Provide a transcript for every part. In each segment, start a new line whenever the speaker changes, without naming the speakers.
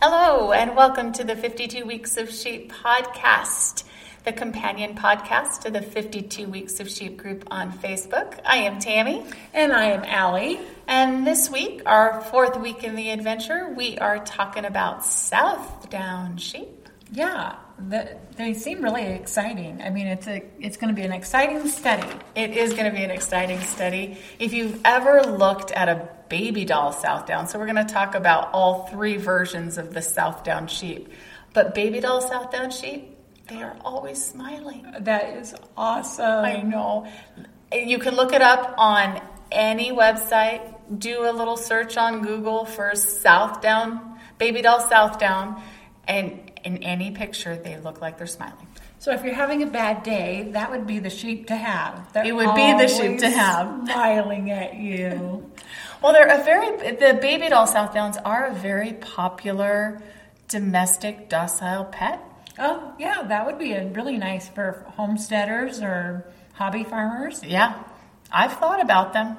Hello, and welcome to the 52 Weeks of Sheep podcast, the companion podcast to the 52 Weeks of Sheep group on Facebook. I am Tammy.
And I am Allie.
And this week, our fourth week in the adventure, we are talking about South Down sheep.
Yeah, the, they seem really exciting. I mean, it's a it's going to be an exciting study.
It is going to be an exciting study. If you've ever looked at a baby doll South Down, so we're going to talk about all three versions of the South Down sheep. But baby doll South Down sheep, they are always smiling.
That is awesome.
I know. You can look it up on any website. Do a little search on Google for South Down, baby doll South Down, and in any picture, they look like they're smiling.
So if you're having a bad day, that would be the sheep to have. They're
It would be the sheep to
always
have.
smiling at you.
Well, they're a very the baby doll South Downs are a very popular domestic docile pet.
oh, yeah, that would be a really nice for homesteaders or hobby farmers.
Yeah, I've thought about them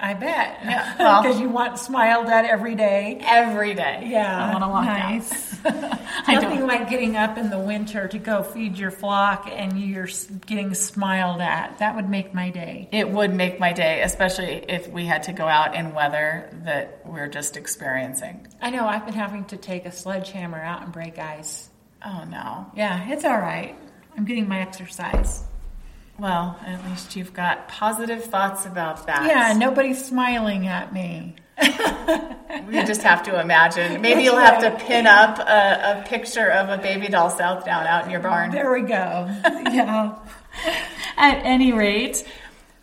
I bet.
Yeah, well-
because you want smiled at every day.
every day.
Yeah,
I want to walk out.
nice.
I don't.
Nothing like getting up in the winter to go feed your flock and you're s- getting smiled at. That would make my day.
It would make my day, especially if we had to go out in weather that we're just experiencing.
I know I've been having to take a sledgehammer out and break ice.
Oh no.
Yeah, it's all right. I'm getting my exercise.
Well, at least you've got positive thoughts about that.
Yeah, nobody's smiling at me.
You just have to imagine. Maybe you'll have to pin up a, a picture of a baby doll South Down out in your barn.
There we go. Yeah.
At any rate,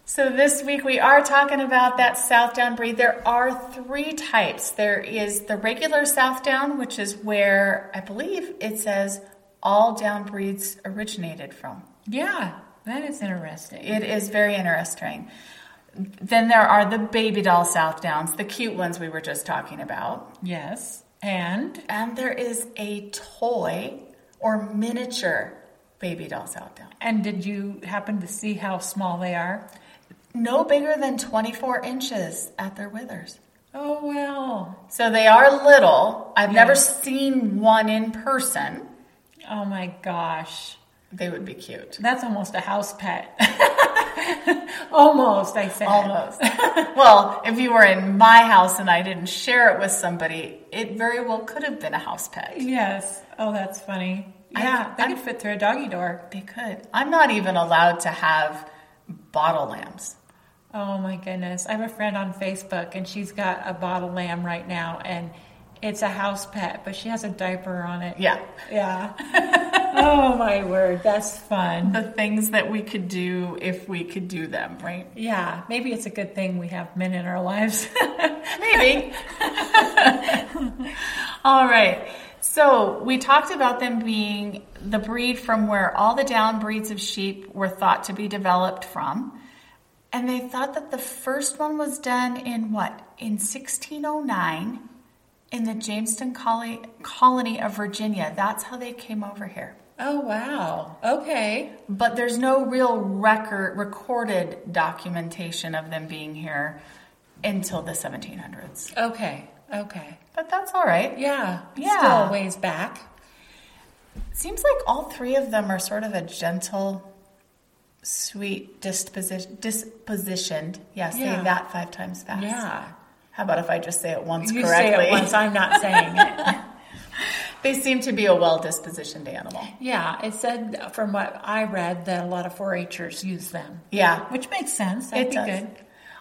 so this week we are talking about that South Down breed. There are three types. There is the regular South Down, which is where I believe it says all down breeds originated from.
Yeah, that is interesting.
It is very interesting. Then there are the baby doll South Downs, the cute ones we were just talking about.
Yes. And
And there is a toy or miniature baby doll South Down.
and did you happen to see how small they are?
No bigger than 24 inches at their withers.
Oh well.
So they are little. I've never seen one in person.
Oh my gosh.
They would be cute.
That's almost a house pet. almost, I said.
Almost. well, if you were in my house and I didn't share it with somebody, it very well could have been a house pet.
Yes. Oh, that's funny.
I-
Yeah, that
I-
could fit through a doggy door.
They could. I'm not even allowed to have bottle lamps.
Oh my goodness. I have a friend on Facebook and she's got a bottle lamb right now and it's a house pet, but she has a diaper on it.
Yeah.
Yeah. oh my word, that's fun.
The things that we could do if we could do them, right?
Yeah, maybe it's a good thing we have men in our lives.
Maybe. all right. So we talked about them being the breed from where all the down breeds of sheep were thought to be developed from. And they thought that the first one was done in what? In 1609 in the Jamestown colony, colony of Virginia. That's how they came over here.
oh wow. Okay.
But there's no real record recorded documentation of them being here until the 1700s.
Okay. Okay.
But that's all right.
Yeah.
Yeah.
Still a ways back.
Seems like all three of them are sort of a gentle, sweet disposition, dispositioned. Yeah, say
Yeah.
that five times fast.
Yeah.
How about if I just say it once
You
correctly?
say it once, I'm not saying it.
They seem to be a well dispositioned animal.
Yeah, it said from what I read that a lot of 4-H'ers use them,
Yeah.
which makes sense. That'd
it
be
does.
good.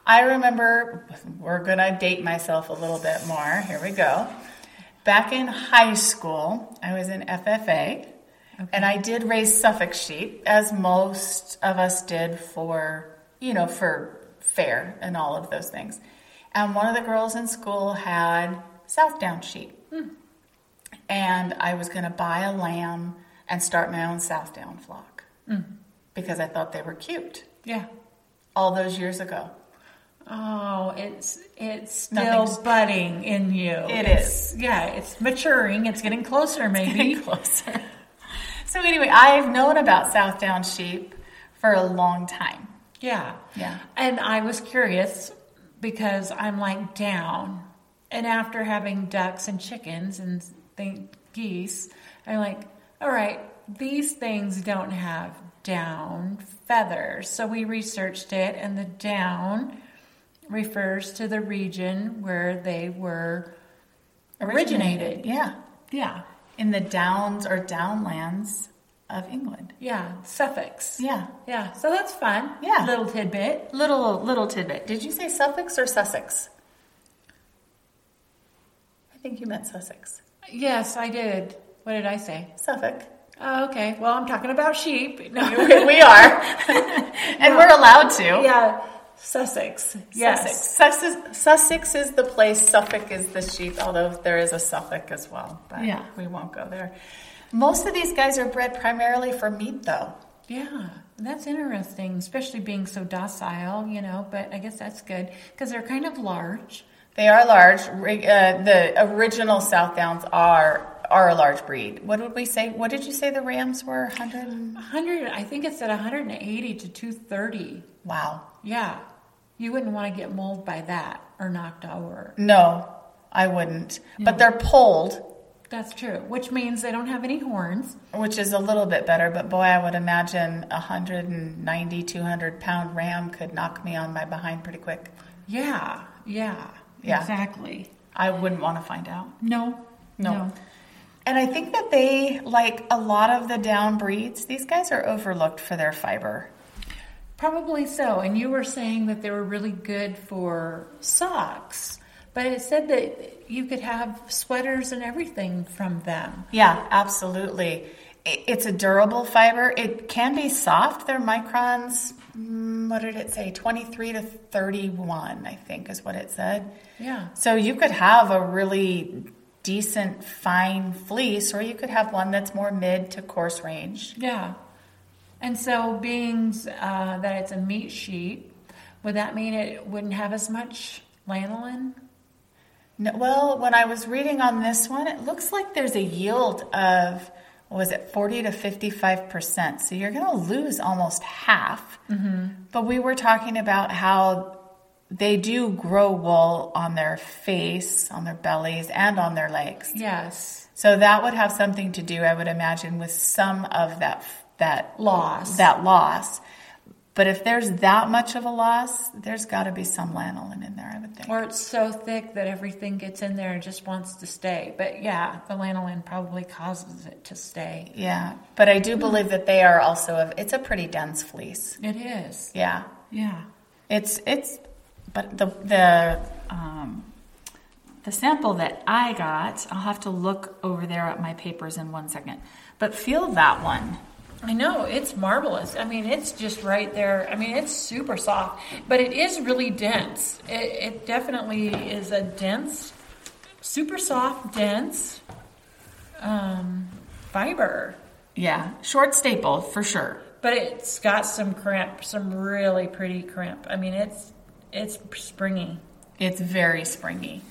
I remember, we're going to date myself a little bit more. Here we go. Back in high school, I was in FFA, and I did raise Suffolk sheep, as most of us did for, you know, for fair and all of those things. And one of the girls in school had South Down sheep and I was going to buy a lamb and start my own South Down flock because I thought they were cute
Yeah.
all those years ago.
Oh, it's it's still
Nothing's-
budding in you.
It
It's- Yeah, it's maturing. It's getting closer, maybe.
Getting closer. so anyway, I've known about South Down sheep for a long time.
yeah.
Yeah.
And I was curious because I'm like down, and after having ducks and chickens and think geese are like, all right, these things don't have down feathers. So we researched it, and the down refers to the region where they were originated.
Yeah.
Yeah.
In the downs or downlands of England.
Yeah. Suffix.
Yeah.
Yeah. So that's fun.
Yeah.
Little tidbit.
Little little tidbit. Did you say Suffolk or Sussex? I think you meant Sussex.
Yes, I did. What did I say?
Suffolk.
Oh, okay. Well, I'm talking about sheep. No.
we are. and we're allowed to.
yeah. Sussex.
Sussex.
Yes.
Sussex. Sussex is the place. Suffolk is the sheep, although there is a Suffolk as well. But
Yeah.
we won't go there. Most of these guys are bred primarily for meat, though.
Yeah. That's interesting, especially being so docile, you know, but I guess that's good because they're kind of large.
They are large. Ri- Uh, the original South Downs are are a large breed. What would we say? What did you say the rams were? Hundred.
100, I think it's at 180 to 230.
Wow.
Yeah. You wouldn't want to get mauled by that or knocked over.
No, I wouldn't. But they're polled,
That's true, which means they don't have any horns.
which is a little bit better. But boy, I would imagine a 190, 200 pound ram could knock me on my behind pretty quick.
Yeah. Yeah.
Yeah.
Exactly.
I wouldn't want to find out.
No.
No. And I think that they, like a lot of the down breeds, these guys are overlooked for their fiber.
Probably so. And you were saying that they were really good for socks, but it said that you could have sweaters and everything from them.
Yeah, absolutely. I- It's a durable fiber. It can be soft. They're microns, mm, what did it say? 23 to 31, I think is what it said.
Yeah.
So you could have a really decent, fine fleece, or you could have one that's more mid to coarse range.
Yeah. And so, being uh, that it's a meat sheep, would that mean it wouldn't have as much lanolin?
No, well, when I was reading on this one, it looks like there's a yield of what was it 40 to 55 percent. So you're going to lose almost half. But we were talking about how they do grow wool on their face, on their bellies, and on their legs.
Yes.
So that would have something to do, I would imagine, with some of that that
Loss.
that loss. But if there's that much of a loss, there's got to be some lanolin in there, I would think.
Or it's so thick that everything gets in there and just wants to stay. But yeah, the lanolin probably causes it to stay.
Yeah, but I do believe that they are also of. It's a pretty dense fleece.
It is.
Yeah,
Yeah.
it's it's, but the the um, the sample that I got, I'll have to look over there at my papers in one second. But feel that one.
I know it's marvelous. I mean, it's just right there. I mean, it's super soft, but it is really dense. It, it definitely is a dense, super soft, dense um, fiber.
Yeah, short staple for sure.
But it's got some crimp, some really pretty crimp. I mean, it's it's springy.
It's very springy.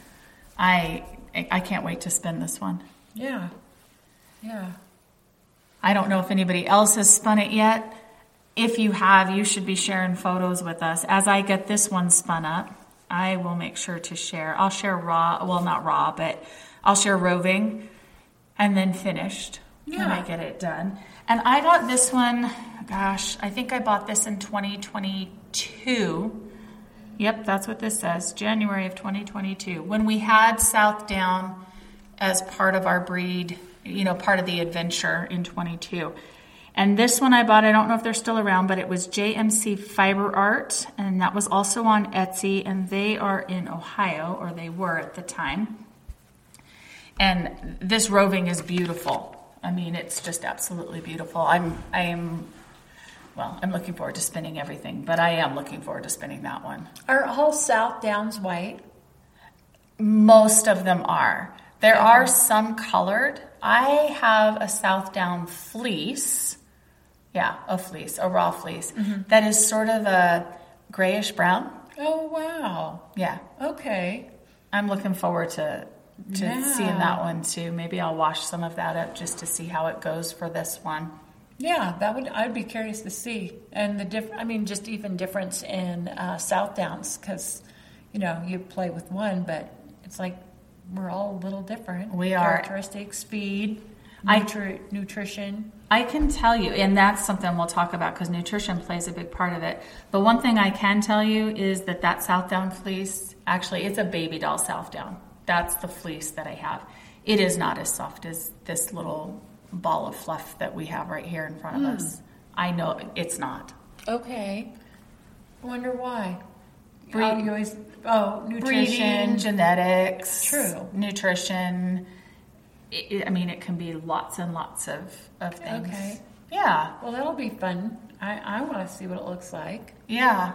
I I can't wait to spin this one.
Yeah, yeah.
I don't know if anybody else has spun it yet. If you have, you should be sharing photos with us. As I get this one spun up, I will make sure to share. I'll share raw, well, not raw, but I'll share roving and then finished when I
Yeah.
get it done. And I got this one, gosh, I think I bought this in 2022. Yep, that's what this says, January of 2022, when we had South Down as part of our breed, you know, part of the adventure in 22. And this one I bought, I don't know if they're still around, but it was JMC Fiber Art, and that was also on Etsy, and they are in Ohio, or they were at the time. And this roving is beautiful. I mean, it's just absolutely beautiful. I'm, I am, well, I'm looking forward to spinning everything, but I am looking forward to spinning that one.
Are all South Downs white?
Most of them are. There are some colored. I have a South Down fleece. Yeah, a fleece, a raw fleece that is sort of a grayish brown.
Oh wow.
Yeah,
Okay.
I'm looking forward to to
Yeah.
seeing that one too. Maybe I'll wash some of that up just to see how it goes for this one.
Yeah, that would I'd be curious to see and the diff. I mean, just even difference in uh, South Downs because you know you play with one, but it's like we're all a little different.
We are.
Characteristics, feed, nutri- nutrition.
I can tell you, and that's something we'll talk about because nutrition plays a big part of it. But one thing I can tell you is that that Southdown fleece, actually, it's a baby doll Southdown. That's the fleece that I have. It is not as soft as this little ball of fluff that we have right here in front
Hmm.
of us. I know it's not.
Okay. Wonder why.
Bre-
oh, you always, oh, nutrition.
Breeding, genetics,
True.
nutrition.
It, it- I mean, it can be lots and lots of, of things.
Okay.
Yeah,
Well, that'll be fun. I, I want to see what it looks like.
yeah.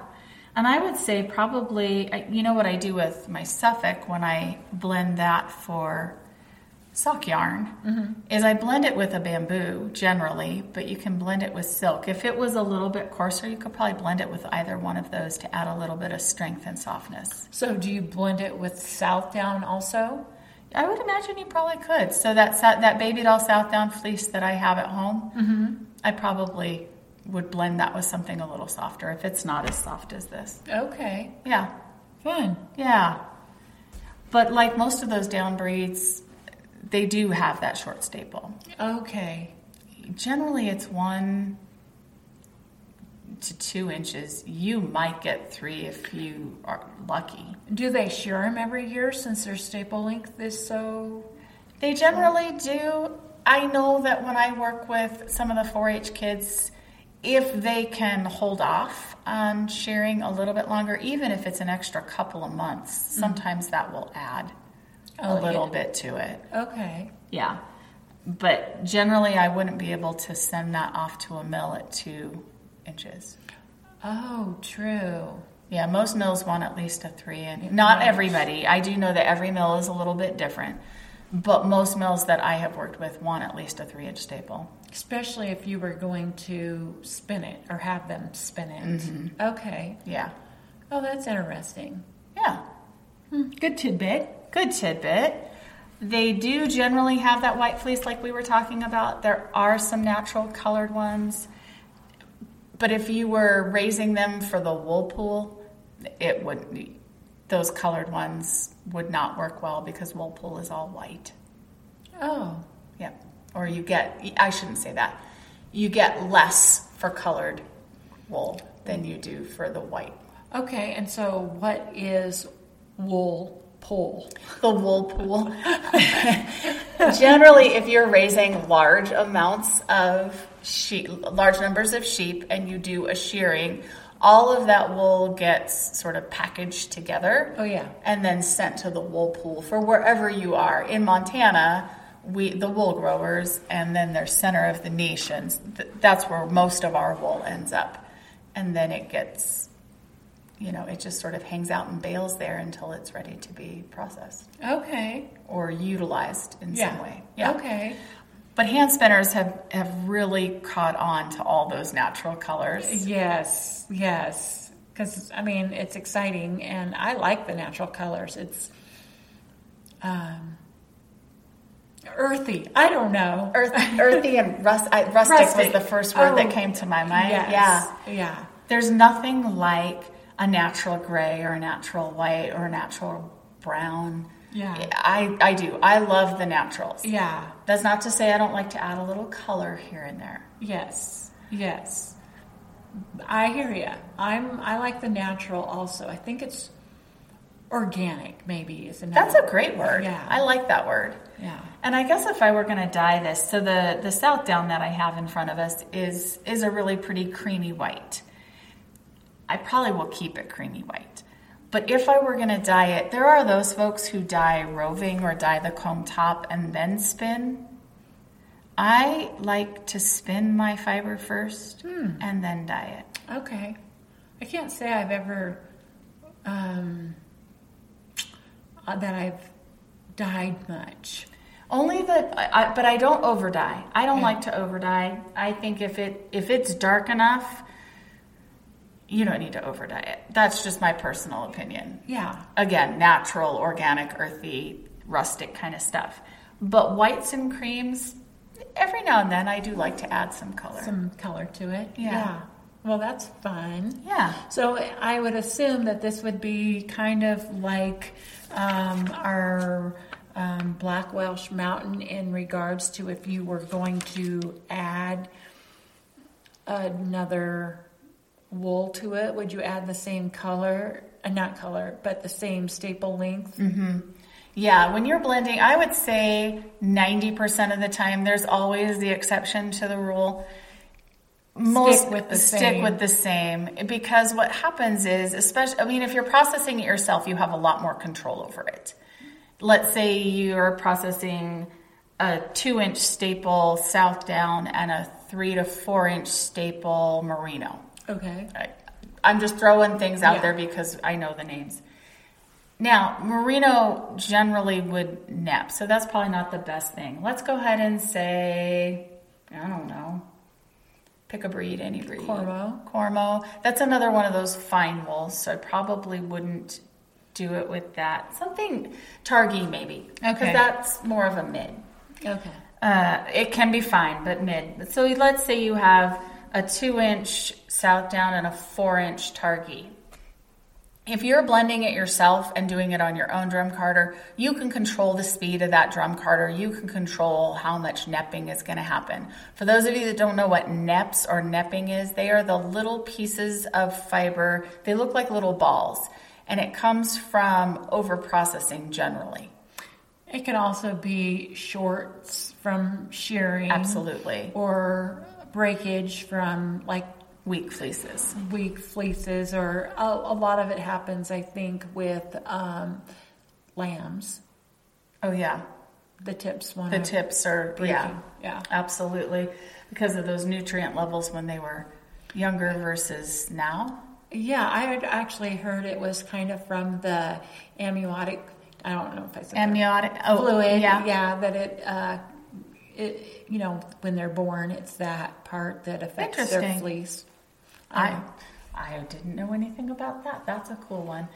And I would say probably, I- you know what I do with my Suffolk when I blend that for sock yarn is I blend it with a bamboo generally, but you can blend it with silk. If it was a little bit coarser, you could probably blend it with either one of those to add a little bit of strength and softness.
So, do you blend it with Southdown also?
I would imagine you probably could. So that sou- that baby doll Southdown fleece that I have at home, I probably would blend that with something a little softer if it's not as soft as this.
Okay.
Yeah.
Fun.
Yeah. But like most of those down breeds, they do have that short staple.
Okay.
Generally, it's one to two inches. You might get three if you are lucky.
Do they shear them every year since their staple length is so?
They generally do. I know that when I work with some of the 4 H kids, if they can hold off on shearing a little bit longer, even if it's an extra couple of months, sometimes that will add
Mm-hmm. Oh,
a
yeah.
little bit to it.
Okay.
Yeah.
But generally, I wouldn't be able to send that off to a mill at two inches.
Oh, true.
Yeah, most mills want at least a three inch. Not everybody. I do know that every mill is a little bit different, but most mills that I have worked with want at least a three inch staple.
Especially if you were going to spin it or have them spin it.
Mm-hmm.
Okay.
Yeah.
Oh, that's interesting.
Yeah. Hmm.
Good tidbit.
Good tidbit. They do generally have that white fleece like we were talking about. There are some natural colored ones. But if you were raising them for the wool pool, it wouldn't be. Those colored ones would not work well because wool pool is all white.
Oh,
Yep. Or you get, I shouldn't say that. You get less for colored wool than you do for the white.
okay. And so, what is wool pull?
The wool pool. Generally, if you're raising large amounts of sheep, large numbers of sheep, and you do a shearing, all of that wool gets sort of packaged together.
Oh, yeah.
And then sent to the wool pool for wherever you are. In Montana, we the wool growers, and then their center of the nations. Th- that's where most of our wool ends up, and then it gets, you know, it just sort of hangs out in bales there until it's ready to be processed
Okay.
or utilized in some way.
Okay.
But hand spinners have, have really caught on to all those natural colors.
Yes. Yes. Because I mean, it's exciting, and I like the natural colors. It's um, earthy. I don't know.
Earth, earthy and rust, I, rustic, was
Rustic.
the first word
Oh.
that came to my mind.
Yes.
Yeah.
Yeah.
There's nothing like a natural gray or a natural white or a natural brown.
Yeah.
I, I do. I love the naturals.
Yeah.
That's not to say I don't like to add a little color here and there.
Yes. Yes. I hear you. I'm. I like the natural also. I think it's organic. Maybe is another.
That's a great word.
Yeah.
I like that word.
Yeah.
And I guess if I were going to dye this, so the the south down that I have in front of us is is a really pretty creamy white. I probably will keep it creamy white. But if I were going to dye it, there are those folks who dye roving or dye the comb top and then spin. I like to spin my fiber first and then dye it.
Okay. I can't say I've ever um, uh, that I've died much.
Only the, I, I, but I don't over dye. I don't like to over dye. I think if it if it's dark enough, you don't need to over dye it. That's just my personal opinion.
Yeah.
Again, natural, organic, earthy, rustic kind of stuff. But whites and creams, every now and then I do like to add some color.
Some color to it.
Yeah.
Well, that's fun.
yeah.
So I would assume that this would be kind of like um, our um, Black Welsh Mountain in regards to if you were going to add another wool to it, would you add the same color? Uh, not color, but the same staple length.
Yeah, when you're blending, I would say 90% of the time, there's always the exception to the rule.
with the
stick
same.
with the same because what happens is, especially, I mean, if you're processing it yourself, you have a lot more control over it. Let's say you're processing a two inch staple south down and a three to four inch staple merino.
Okay.
I, I'm just throwing things out
Yeah.
there because I know the names. Now, merino generally would nap, so that's probably not the best thing. Let's go ahead and say, I don't know, pick a breed, any breed.
Cormo.
Cormo. That's another one of those fine wools, so I probably wouldn't do it with that. Something targi maybe, because
Okay.
that's more of a mid.
Okay.
Uh, it can be fine, but mid. So let's say you have a two inch south down and a four inch targi. If you're blending it yourself and doing it on your own drum carder, you can control the speed of that drum carder. You can control how much nepping is going to happen. For those of you that don't know what neps or nepping is, they are the little pieces of fiber. They look like little balls, and it comes from over processing generally.
It can also be shorts from shearing.
Absolutely.
Or breakage from like
Weak fleeces.
weak fleeces, or a, a lot of it happens, I think, with um, lambs.
Oh, yeah.
The tips want
the
to
tips are
Uh, breaking.
yeah
Yeah.
absolutely because of those nutrient levels when they were younger versus now
Yeah, I had actually heard it was kind of from the amniotic. I don't know if I said that
amniotic oh,
fluid.
yeah
that it, uh, it, you know, when they're born, it's that part that affects their
Interesting.
fleece.
I I didn't know anything about that. That's a cool one.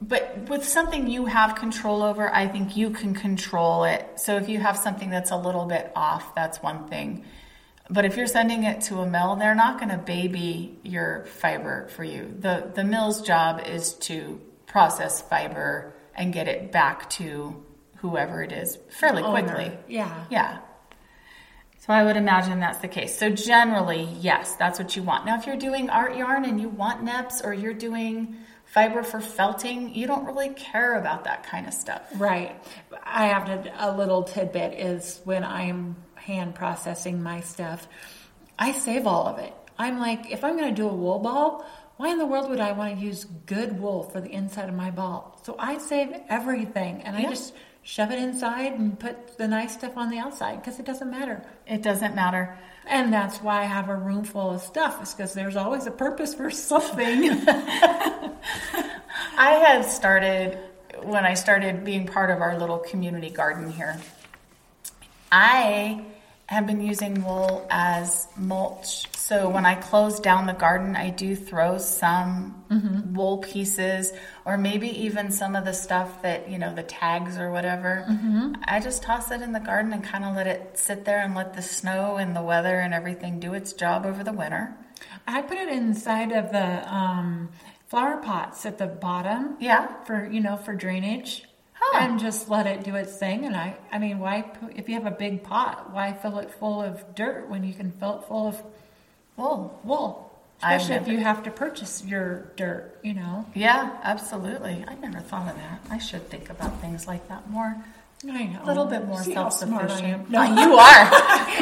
But with something you have control over, I think you can control it. So if you have something that's a little bit off, that's one thing. But if you're sending it to a mill, they're not going to baby your fiber for you. The the mill's job is to process fiber and get it back to whoever it is fairly
Owner.
quickly.
Yeah.
Yeah. So I would imagine that's the case. So generally, yes, that's what you want. Now, if you're doing art yarn and you want neps or you're doing fiber for felting, you don't really care about that kind of stuff.
Right. I have to, a little tidbit is when I'm hand processing my stuff, I save all of it. I'm like, if I'm going to do a wool ball, why in the world would I want to use good wool for the inside of my ball? So I save everything and I
Yeah.
just shove it inside and put the nice stuff on the outside because it doesn't matter.
It doesn't matter.
And that's why I have a room full of stuff is because there's always a purpose for something.
I had started when I started being part of our little community garden here. I have been using wool as mulch. So when I close down the garden, I do throw some wool pieces or maybe even some of the stuff that, you know, the tags or whatever. I just toss it in the garden and kind of let it sit there and let the snow and the weather and everything do its job over the winter.
I put it inside of the um, flower pots at the bottom.
Yeah.
for you know for drainage
Huh.
and just let it do its thing and i i mean why pu- if you have a big pot why fill it full of dirt when you can fill it full of
Wool.
wool
I've
especially if
never-
you have to purchase your dirt you know
Yeah, absolutely. I never thought of that. I should think about things like that more.
I know.
A little bit more
Oh, See how
self
smart I
sufficient.
am. No,
you are.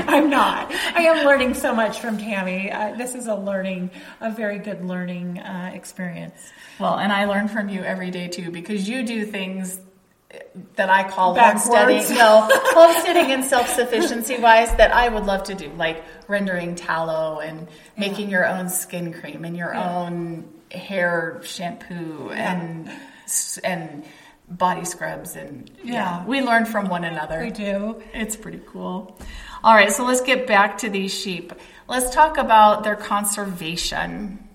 I'm not. I am learning so much from Tammy. Uh, this is a learning, a very good learning uh, experience.
well, and I learn from you every day too because you do things that I call
Backwards.
homesteading. No, homesteading and self sufficiency wise that I would love to do, like rendering tallow and making your own skin cream and your own hair shampoo and s and body scrubs and
Yeah.
we learn from one another.
We do.
It's pretty cool. All right, so let's get back to these sheep. Let's talk about their conservation.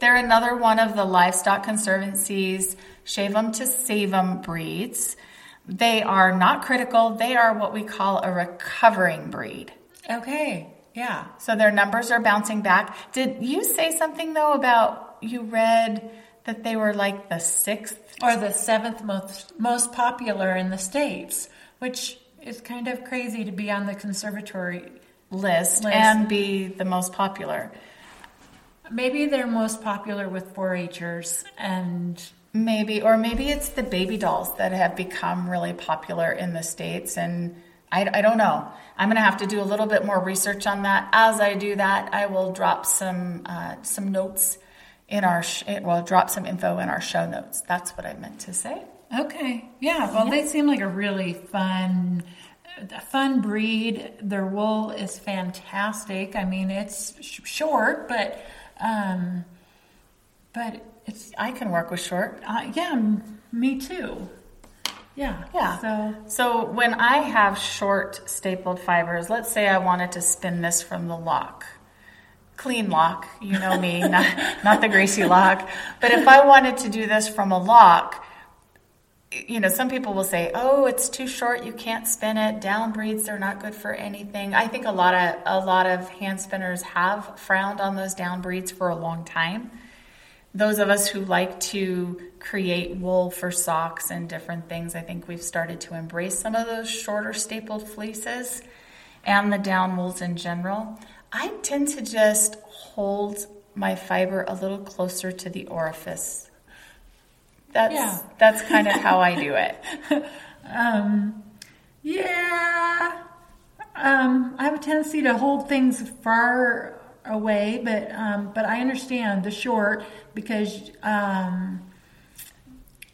They're another one of the livestock conservancies, shave 'em to save 'em breeds. They are not critical, they are what we call a recovering breed.
Okay. Yeah.
So their numbers are bouncing back. Did you say something though about you read that they were like the sixth
or the seventh most most popular in the states, which is kind of crazy to be on the conservatory.
list,
List.
and be the most popular.
Maybe they're most popular with 4-Hers and
Maybe, or maybe it's the baby dolls that have become really popular in the States. And I, I don't know. I'm going to have to do a little bit more research on that. As I do that, I will drop some, uh, some notes in our, sh- well, drop some info in our show notes. That's what I meant to say.
Okay. Yeah. Well, they seem like a really fun, a fun breed. Their wool is fantastic. I mean, it's sh- short, but, um, but it's,
I can work with short.
uh, yeah, m- me too. Yeah.
Yeah.
So,
So when I have short stapled fibers, let's say I wanted to spin this from the lock, clean lock, you know me, not, not the greasy lock. But if I wanted to do this from a lock, you know, some people will say, "Oh, it's too short. You can't spin it. Down breeds, they're not good for anything." I think a lot of a lot of hand spinners have frowned on those down breeds for a long time. Those of us who like to create wool for socks and different things, I think we've started to embrace some of those shorter stapled fleeces and the down wools in general. I tend to just hold my fiber a little closer to the orifice. That's
Yeah.
that's kind of how I do it.
um, yeah. Um, I have a tendency to hold things far away, but, um, but I understand the short because, um,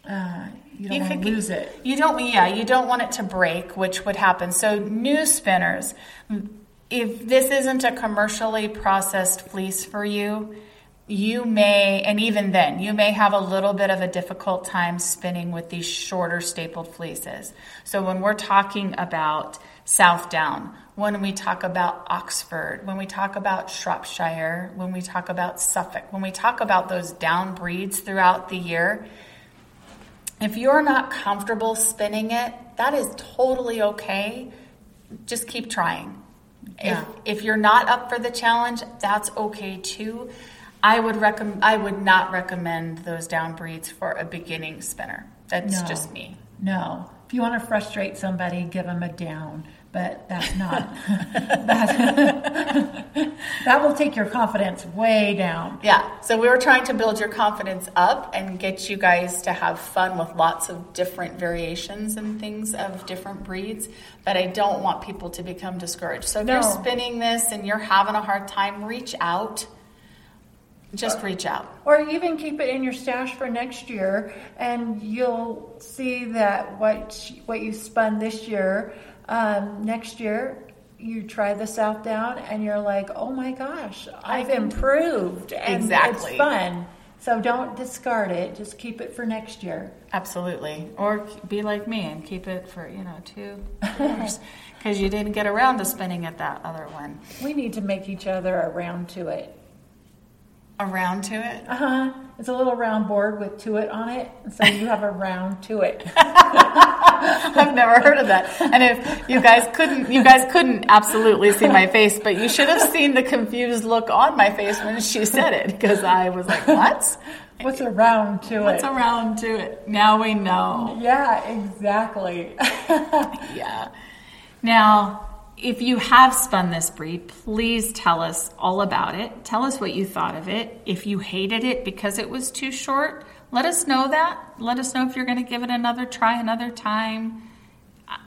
uh, you don't want
could
to lose it.
You don't, yeah, you don't want it to break, which would happen. So, new spinners, if this isn't a commercially processed fleece for you, you may, and even then, you may have a little bit of a difficult time spinning with these shorter stapled fleeces. So, when we're talking about Southdown, when we talk about Oxford, when we talk about Shropshire, when we talk about Suffolk, when we talk about those down breeds throughout the year, if you're not comfortable spinning it, that is totally okay. Just keep trying.
Yeah.
If, if you're not up for the challenge, that's okay too. I would recommend. I would not recommend those down breeds for a beginning spinner. That's
No.
just me.
No. If you want to frustrate somebody, give them a down. But that's not. that, that will take your confidence way down.
Yeah. So we were trying to build your confidence up and get you guys to have fun with lots of different variations and things of different breeds. But I don't want people to become discouraged. So if
No.
you're spinning this and you're having a hard time, reach out. Just reach out.
Or even keep it in your stash for next year, and you'll see that what what you spun this year, um, next year you try the south down, and you're like, oh my gosh, I've improved, and
Exactly.
it's fun. So don't discard it; just keep it for next year.
Absolutely. Or be like me and keep it for, you know, two years because you didn't get around to spinning at that other one.
We need to make each other a round tuit.
Around to it?
Uh huh. It's a little round board with tuit on it, so you have a round tuit.
I've never heard of that. And if you guys couldn't, you guys couldn't absolutely see my face, but you should have seen the confused look on my face when she said it because I was like, "What?
What's a round tuit?
What's around to it?" Now we know.
yeah, exactly.
Yeah.
Now, if you have spun this breed, please tell us all about it. Tell us what you thought of it. If you hated it because it was too short, let us know that. Let us know if you're going to give it another try another time. I-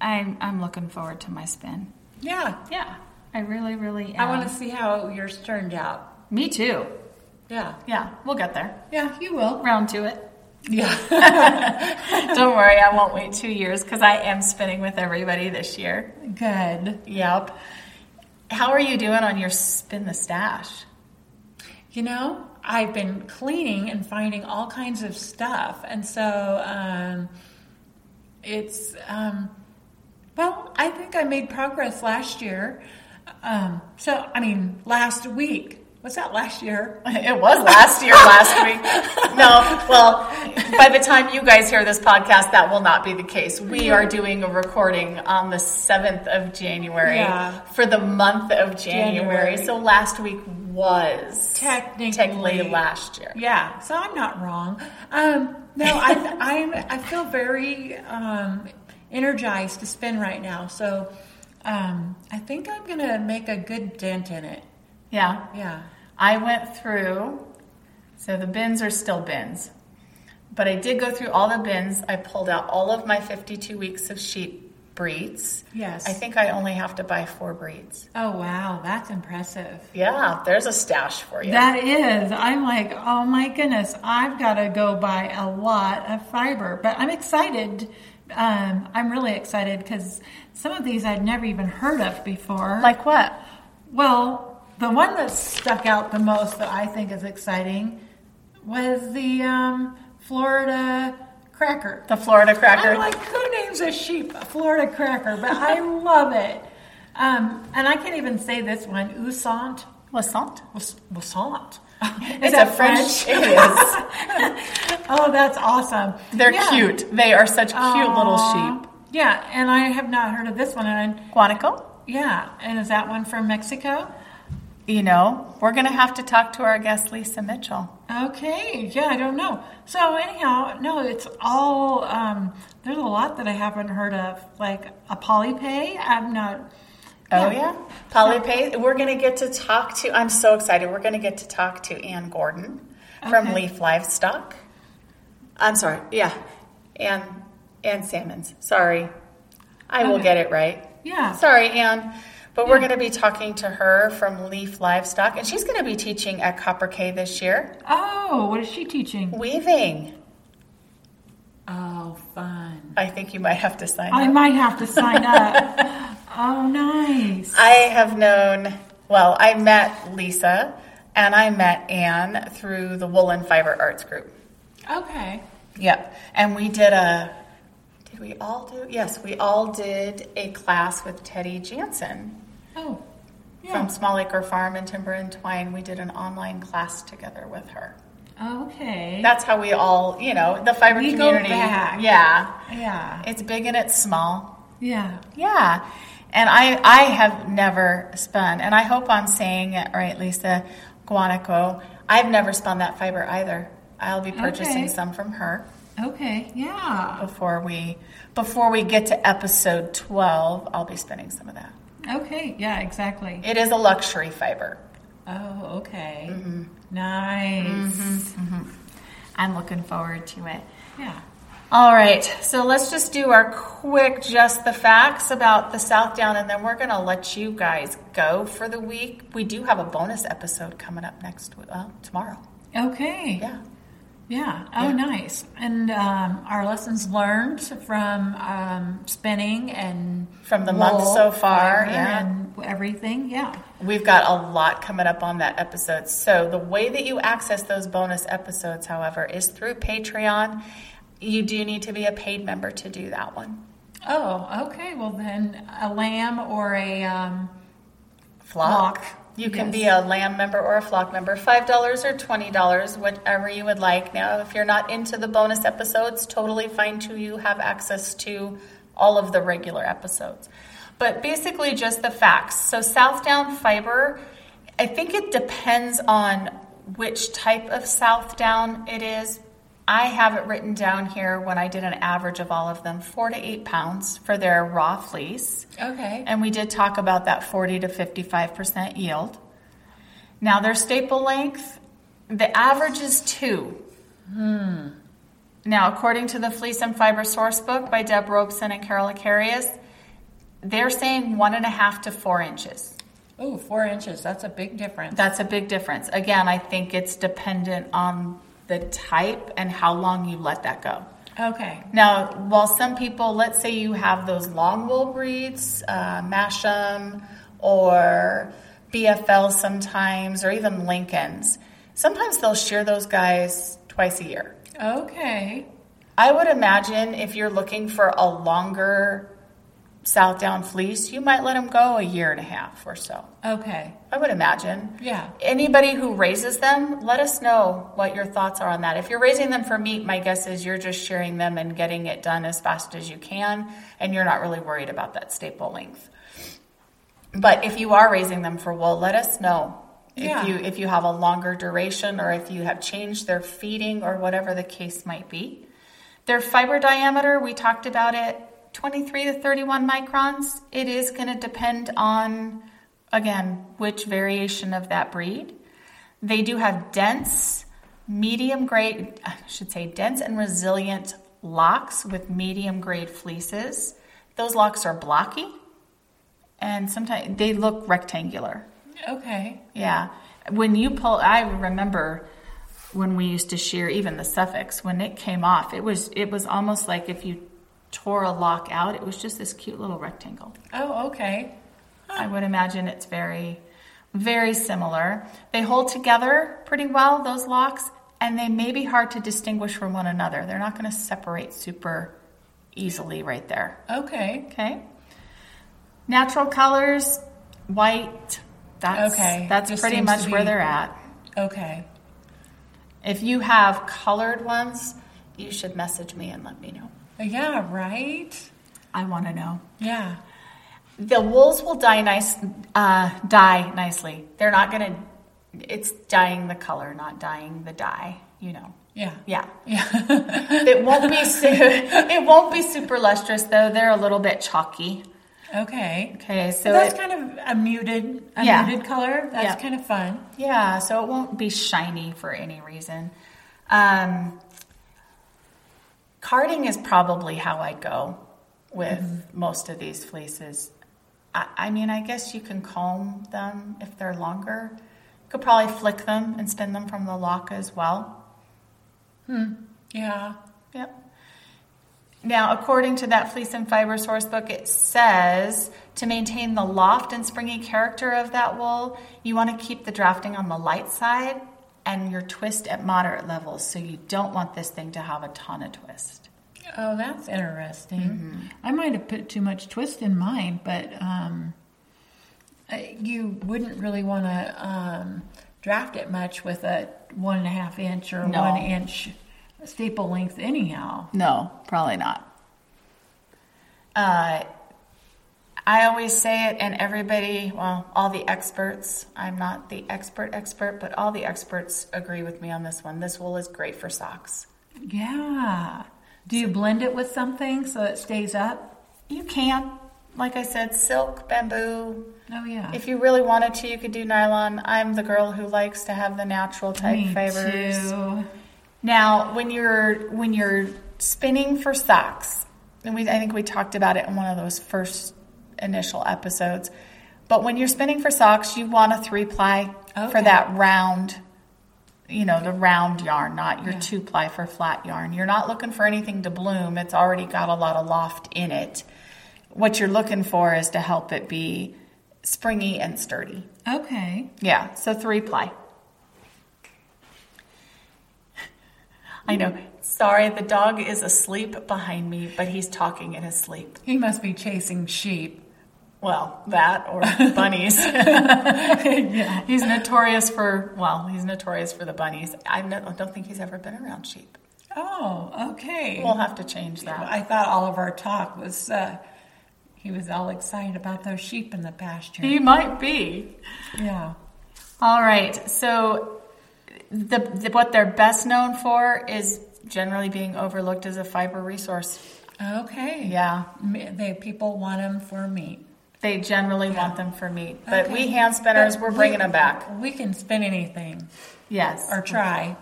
I'm, I'm looking forward to my spin.
yeah.
Yeah, I really, really am.
I want to see how yours turned out.
Me too.
Yeah.
Yeah, we'll get there.
Yeah, you will.
Round to it.
Yeah.
Don't worry, I won't wait two years because I am spinning with everybody this year.
Good.
Yep. How are you doing on your spin the stash?
You know, I've been cleaning and finding all kinds of stuff. And so um, it's, um, well, I think I made progress last year. Um, so, I mean, last week. Was that last year?
It was last year, last week. No, well, by the time you guys hear this podcast, that will not be the case. We are doing a recording on the 7th of January
Yeah.
for the month of January.
January.
So last week was
Technically.
technically last year.
Yeah, so I'm not wrong. Um, no, I, I'm, I feel very um, energized to spin right now. So um, I think I'm going to make a good dent in it.
Yeah.
Yeah.
I went through, so the bins are still bins, but I did go through all the bins. I pulled out all of my 52 weeks of sheep breeds.
Yes.
I think I only have to buy four breeds.
Oh, wow. That's impressive.
Yeah, there's a stash for you.
That is. I'm like, oh my goodness, I've got to go buy a lot of fiber. But I'm excited. Um, I'm really excited because some of these I'd never even heard of before.
Like what?
well, the one that stuck out the most that I think is exciting was the um, Florida cracker.
the Florida cracker.
I'm like, who names a sheep a Florida cracker? But I love it. Um, and I can't even say this one, Usant.
Lassant?
Was Wassant.
it's
Is that
a
French?
French. it
oh, that's awesome.
is. They're
Yeah.
cute. They are such cute little
Aw.
sheep.
Yeah, and I have not heard of this one. And I,
Guanaco?
yeah, and is that one from Mexico?
You know, we're going to have to talk to our guest, Lisa Mitchell.
Okay, yeah, I don't know. So anyhow, no, it's all um, there's a lot that I haven't heard of, like a polypay. I'm not.
Oh yeah, Polly Pay. We're gonna get to talk to. I'm so excited. We're gonna get to talk to Ann Gordon from
Okay.
Leaf Livestock. I'm sorry. Yeah, Ann Ann Salmons. Sorry, I will
Okay.
get it right.
Yeah.
Sorry, Ann. But we're going to be talking to her from Leaf Livestock, and she's going to be teaching at Copper K this year,
Oh, what is she teaching?
weaving.
Oh, fun.
I think you might have to sign
I
up.
might have to sign up. oh, nice.
I have known, well, I met Lisa and I met Anne through the Woolen Fiber Arts Group.
Okay.
Yep. And we did a, did we all do? Yes, we all did a class with Teddy Jansen
Oh,
from
yeah.
Small Acre Farm and Timber and Twine. We did an online class together with her.
Okay.
That's how we all, you know, the fiber
We go
community.
back.
Yeah.
yeah.
It's big and it's small.
Yeah.
Yeah. And I, I have never spun, and I hope I'm saying it right, Lisa Guanaco. I've never spun that fiber either. I'll be purchasing
Okay.
some from her
Okay. Yeah.
before we before we get to episode 12. I'll be spinning some of that.
Okay. Yeah. Exactly.
It is a luxury fiber.
Oh. Okay. Nice.
I'm looking forward to it.
Yeah.
All right, so let's just do our quick just the facts about the South Down, and then we're going to let you guys go for the week. We do have a bonus episode coming up next week, well, tomorrow.
Okay. Yeah.
Yeah.
Oh, nice. And um, our lessons learned from um, spinning and
From the month
wool
so far,
fiber
yeah.
and everything. Yeah.
We've got a lot coming up on that episode. So, the way that you access those bonus episodes, however, is through Patreon. You do need to be a paid member to do that one.
Oh. Okay. Well, then a lamb or a um,
Flock.
Flock,
You can
yes.
be a lamb member or a flock member, $5 or $20, whatever you would like. Now, if you're not into the bonus episodes, totally fine too. You have access to all of the regular episodes. But basically, just the facts. So, Southdown fiber, I think it depends on which type of Southdown it is. I have it written down here when I did an average of all of them four to eight pounds for their raw fleece.
okay.
And we did talk about that 40 to 55% yield. Now, their staple length, the average is two. Hmm. Now, according to the Fleece and Fiber Source Book by Deb Robeson and Carol Acarius, they're saying one and a half to four inches.
Oh, four inches. That's a big difference.
That's a big difference. Again, I think it's dependent on the type and how long you let that go.
Okay.
Now, while some people, let's say you have those long wool breeds, uh, Masham or BFL sometimes, or even Lincolns, sometimes they'll shear those guys twice a year.
Okay.
I would imagine if you're looking for a longer South Down fleece, you might let them go a year and a half or so.
Okay.
I would imagine.
Yeah.
Anybody who raises them, let us know what your thoughts are on that. If you're raising them for meat, my guess is you're just shearing them and getting it done as fast as you can, and you're not really worried about that staple length. But if you are raising them for wool, let us know If
Yeah.
you if you have a longer duration or if you have changed their feeding or whatever the case might be. Their fiber diameter, we talked about it, 23 to 31 microns. It is going to depend on again which variation of that breed. They do have dense, medium grade, I should say dense and resilient locks with medium grade fleeces. Those locks are blocky and sometimes they look rectangular.
Okay.
Yeah. When you pull, I remember when we used to shear even the suffix, when it came off, it was, it was almost like if you tore a lock out, it was just this cute little rectangle.
Oh, okay.
I would imagine it's very, very similar. They hold together pretty well, those locks, and they may be hard to distinguish from one another. They're not going to separate super easily right there.
Okay.
Okay. Natural colors, white. That's,
Okay,
That's
just
pretty
seems
much
to
where
be-
they're at.
Okay.
If you have colored ones, you should message me and let me know.
Yeah, right?
I want to know.
Yeah.
The wools will dye nice, uh, dye nicely. They're not gonna. It's dyeing the color, not dyeing the dye. You know.
Yeah.
Yeah.
Yeah.
It won't be. Su- it won't be super lustrous though. They're a little bit chalky.
okay.
Okay, so
So that's
it-
kind of a muted, a
Yeah.
muted color. That's
Yeah.
kind of fun.
Yeah, so it won't be shiny for any reason. Um, carding is probably how I go with most of these fleeces. I, I mean, I guess you can comb them if they're longer. You could probably flick them and spin them from the lock as well.
Yeah.
Yep. Now, according to that fleece and fiber source book, it says to maintain the loft and springy character of that wool, you want to keep the drafting on the light side and your twist at moderate levels. So you don't want this thing to have a ton of twist.
Oh, that's interesting. Mm-hmm. I might have put too much twist in mine, but um, uh, you wouldn't really want to um, draft it much with a one and a half inch or
No.
one inch staple length, anyhow.
No, probably not. Uh, I always say it, and everybody, well, all the experts, I'm not the expert expert, but all the experts agree with me on this one. This wool is great for socks.
Yeah. Do you blend it with something so it stays up?
You can. Like I said, silk, bamboo.
Oh, yeah.
If you really wanted to, you could do nylon. I'm the girl who likes to have the natural type
Me
fibers.
too.
Now, when you're when you're spinning for socks, and we I think we talked about it in one of those first initial episodes. But when you're spinning for socks, you want a three ply for
Okay.
that round, you know, the round yarn, not your two ply for flat yarn. You're not looking for anything to bloom. It's already got a lot of loft in it. What you're looking for is to help it be springy and sturdy.
Okay.
Yeah, so three ply. I know. Sorry, the dog is asleep behind me, but he's talking in his sleep.
He must be chasing sheep.
Well, that or bunnies. He's notorious for, well, he's notorious for the bunnies. I no- I don't think he's ever been around sheep.
Oh, okay.
We'll have to change that.
I thought all of our talk was uh, he was all excited about those sheep in the pasture.
He might be.
Yeah.
All right. So, the, the, what they're best known for is generally being overlooked as a fiber resource.
Okay.
Yeah.
Me- They people want them for meat.
They generally want them for meat, but
Okay.
we hand spinners,
But
we're
we-
bringing them back.
We can spin anything
Yes.
or try.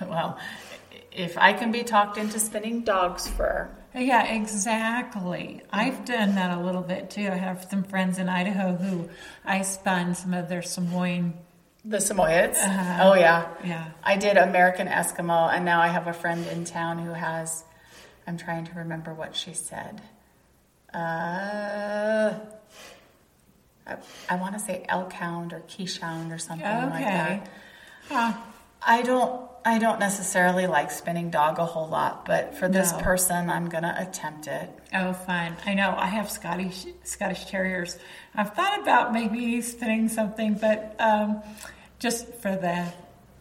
well, if I can be talked into spinning dog's fur,
yeah, exactly. I've done that a little bit too. I have some friends in Idaho who I spun some of their Samoan.
the Samoyeds.
Uh-huh.
Oh yeah,
Yeah.
I did American Eskimo, and now I have a friend in town who has. I'm trying to remember what she said. Uh, I, I want to say Elkhound or Keyshound or something like
Okay. Uh,
that.
Huh.
I don't I don't necessarily like spinning dog a whole lot, but for this
No.
person I'm gonna attempt it.
Oh, fun! I know I have Scottish Scottish Terriers. I've thought about maybe spinning something, but um, just for the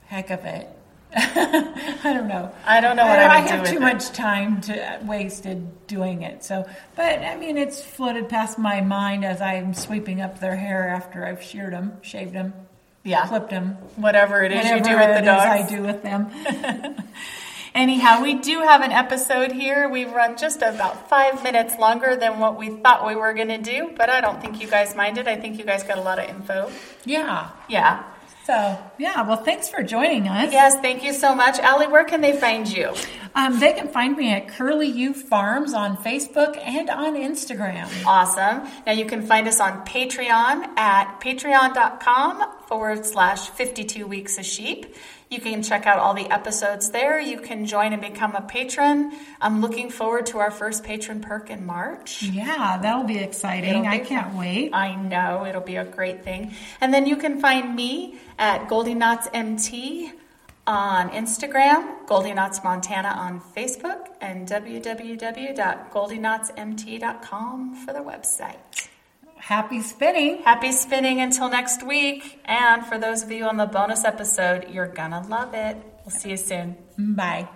heck of it, I don't know.
I don't know what I would do
have
with
too
it.
much time to wasted doing it. So, but I mean, it's floated past my mind as I'm sweeping up their hair after I've sheared them, shaved them.
Yeah.
clipped them.
Whatever it is
Whatever
you do with
it
the
is
dogs.
I do with them.
Anyhow, we do have an episode here. We've run just about five minutes longer than what we thought we were going to do, but I don't think you guys minded. I think you guys got a lot of info.
yeah.
Yeah.
So yeah. Well, thanks for joining us.
Yes, thank you so much. Allie, where can they find you?
Um, they can find me at Curly U Farms on Facebook and on Instagram.
Awesome. Now you can find us on Patreon at patreon.com forward slash 52 weeks a sheep. You can check out all the episodes there. You can join and become a patron. I'm looking forward to our first patron perk in March.
Yeah, that'll be exciting.
It'll be
I can't wait.
I know it'll be a great thing. And then you can find me at Goldie Knots MT on Instagram, Goldie Knots Montana on Facebook, and www.goldieknotsmt.com for the website.
Happy spinning.
Happy spinning until next week. And for those of you on the bonus episode, you're going to love it. We'll see you soon.
Bye.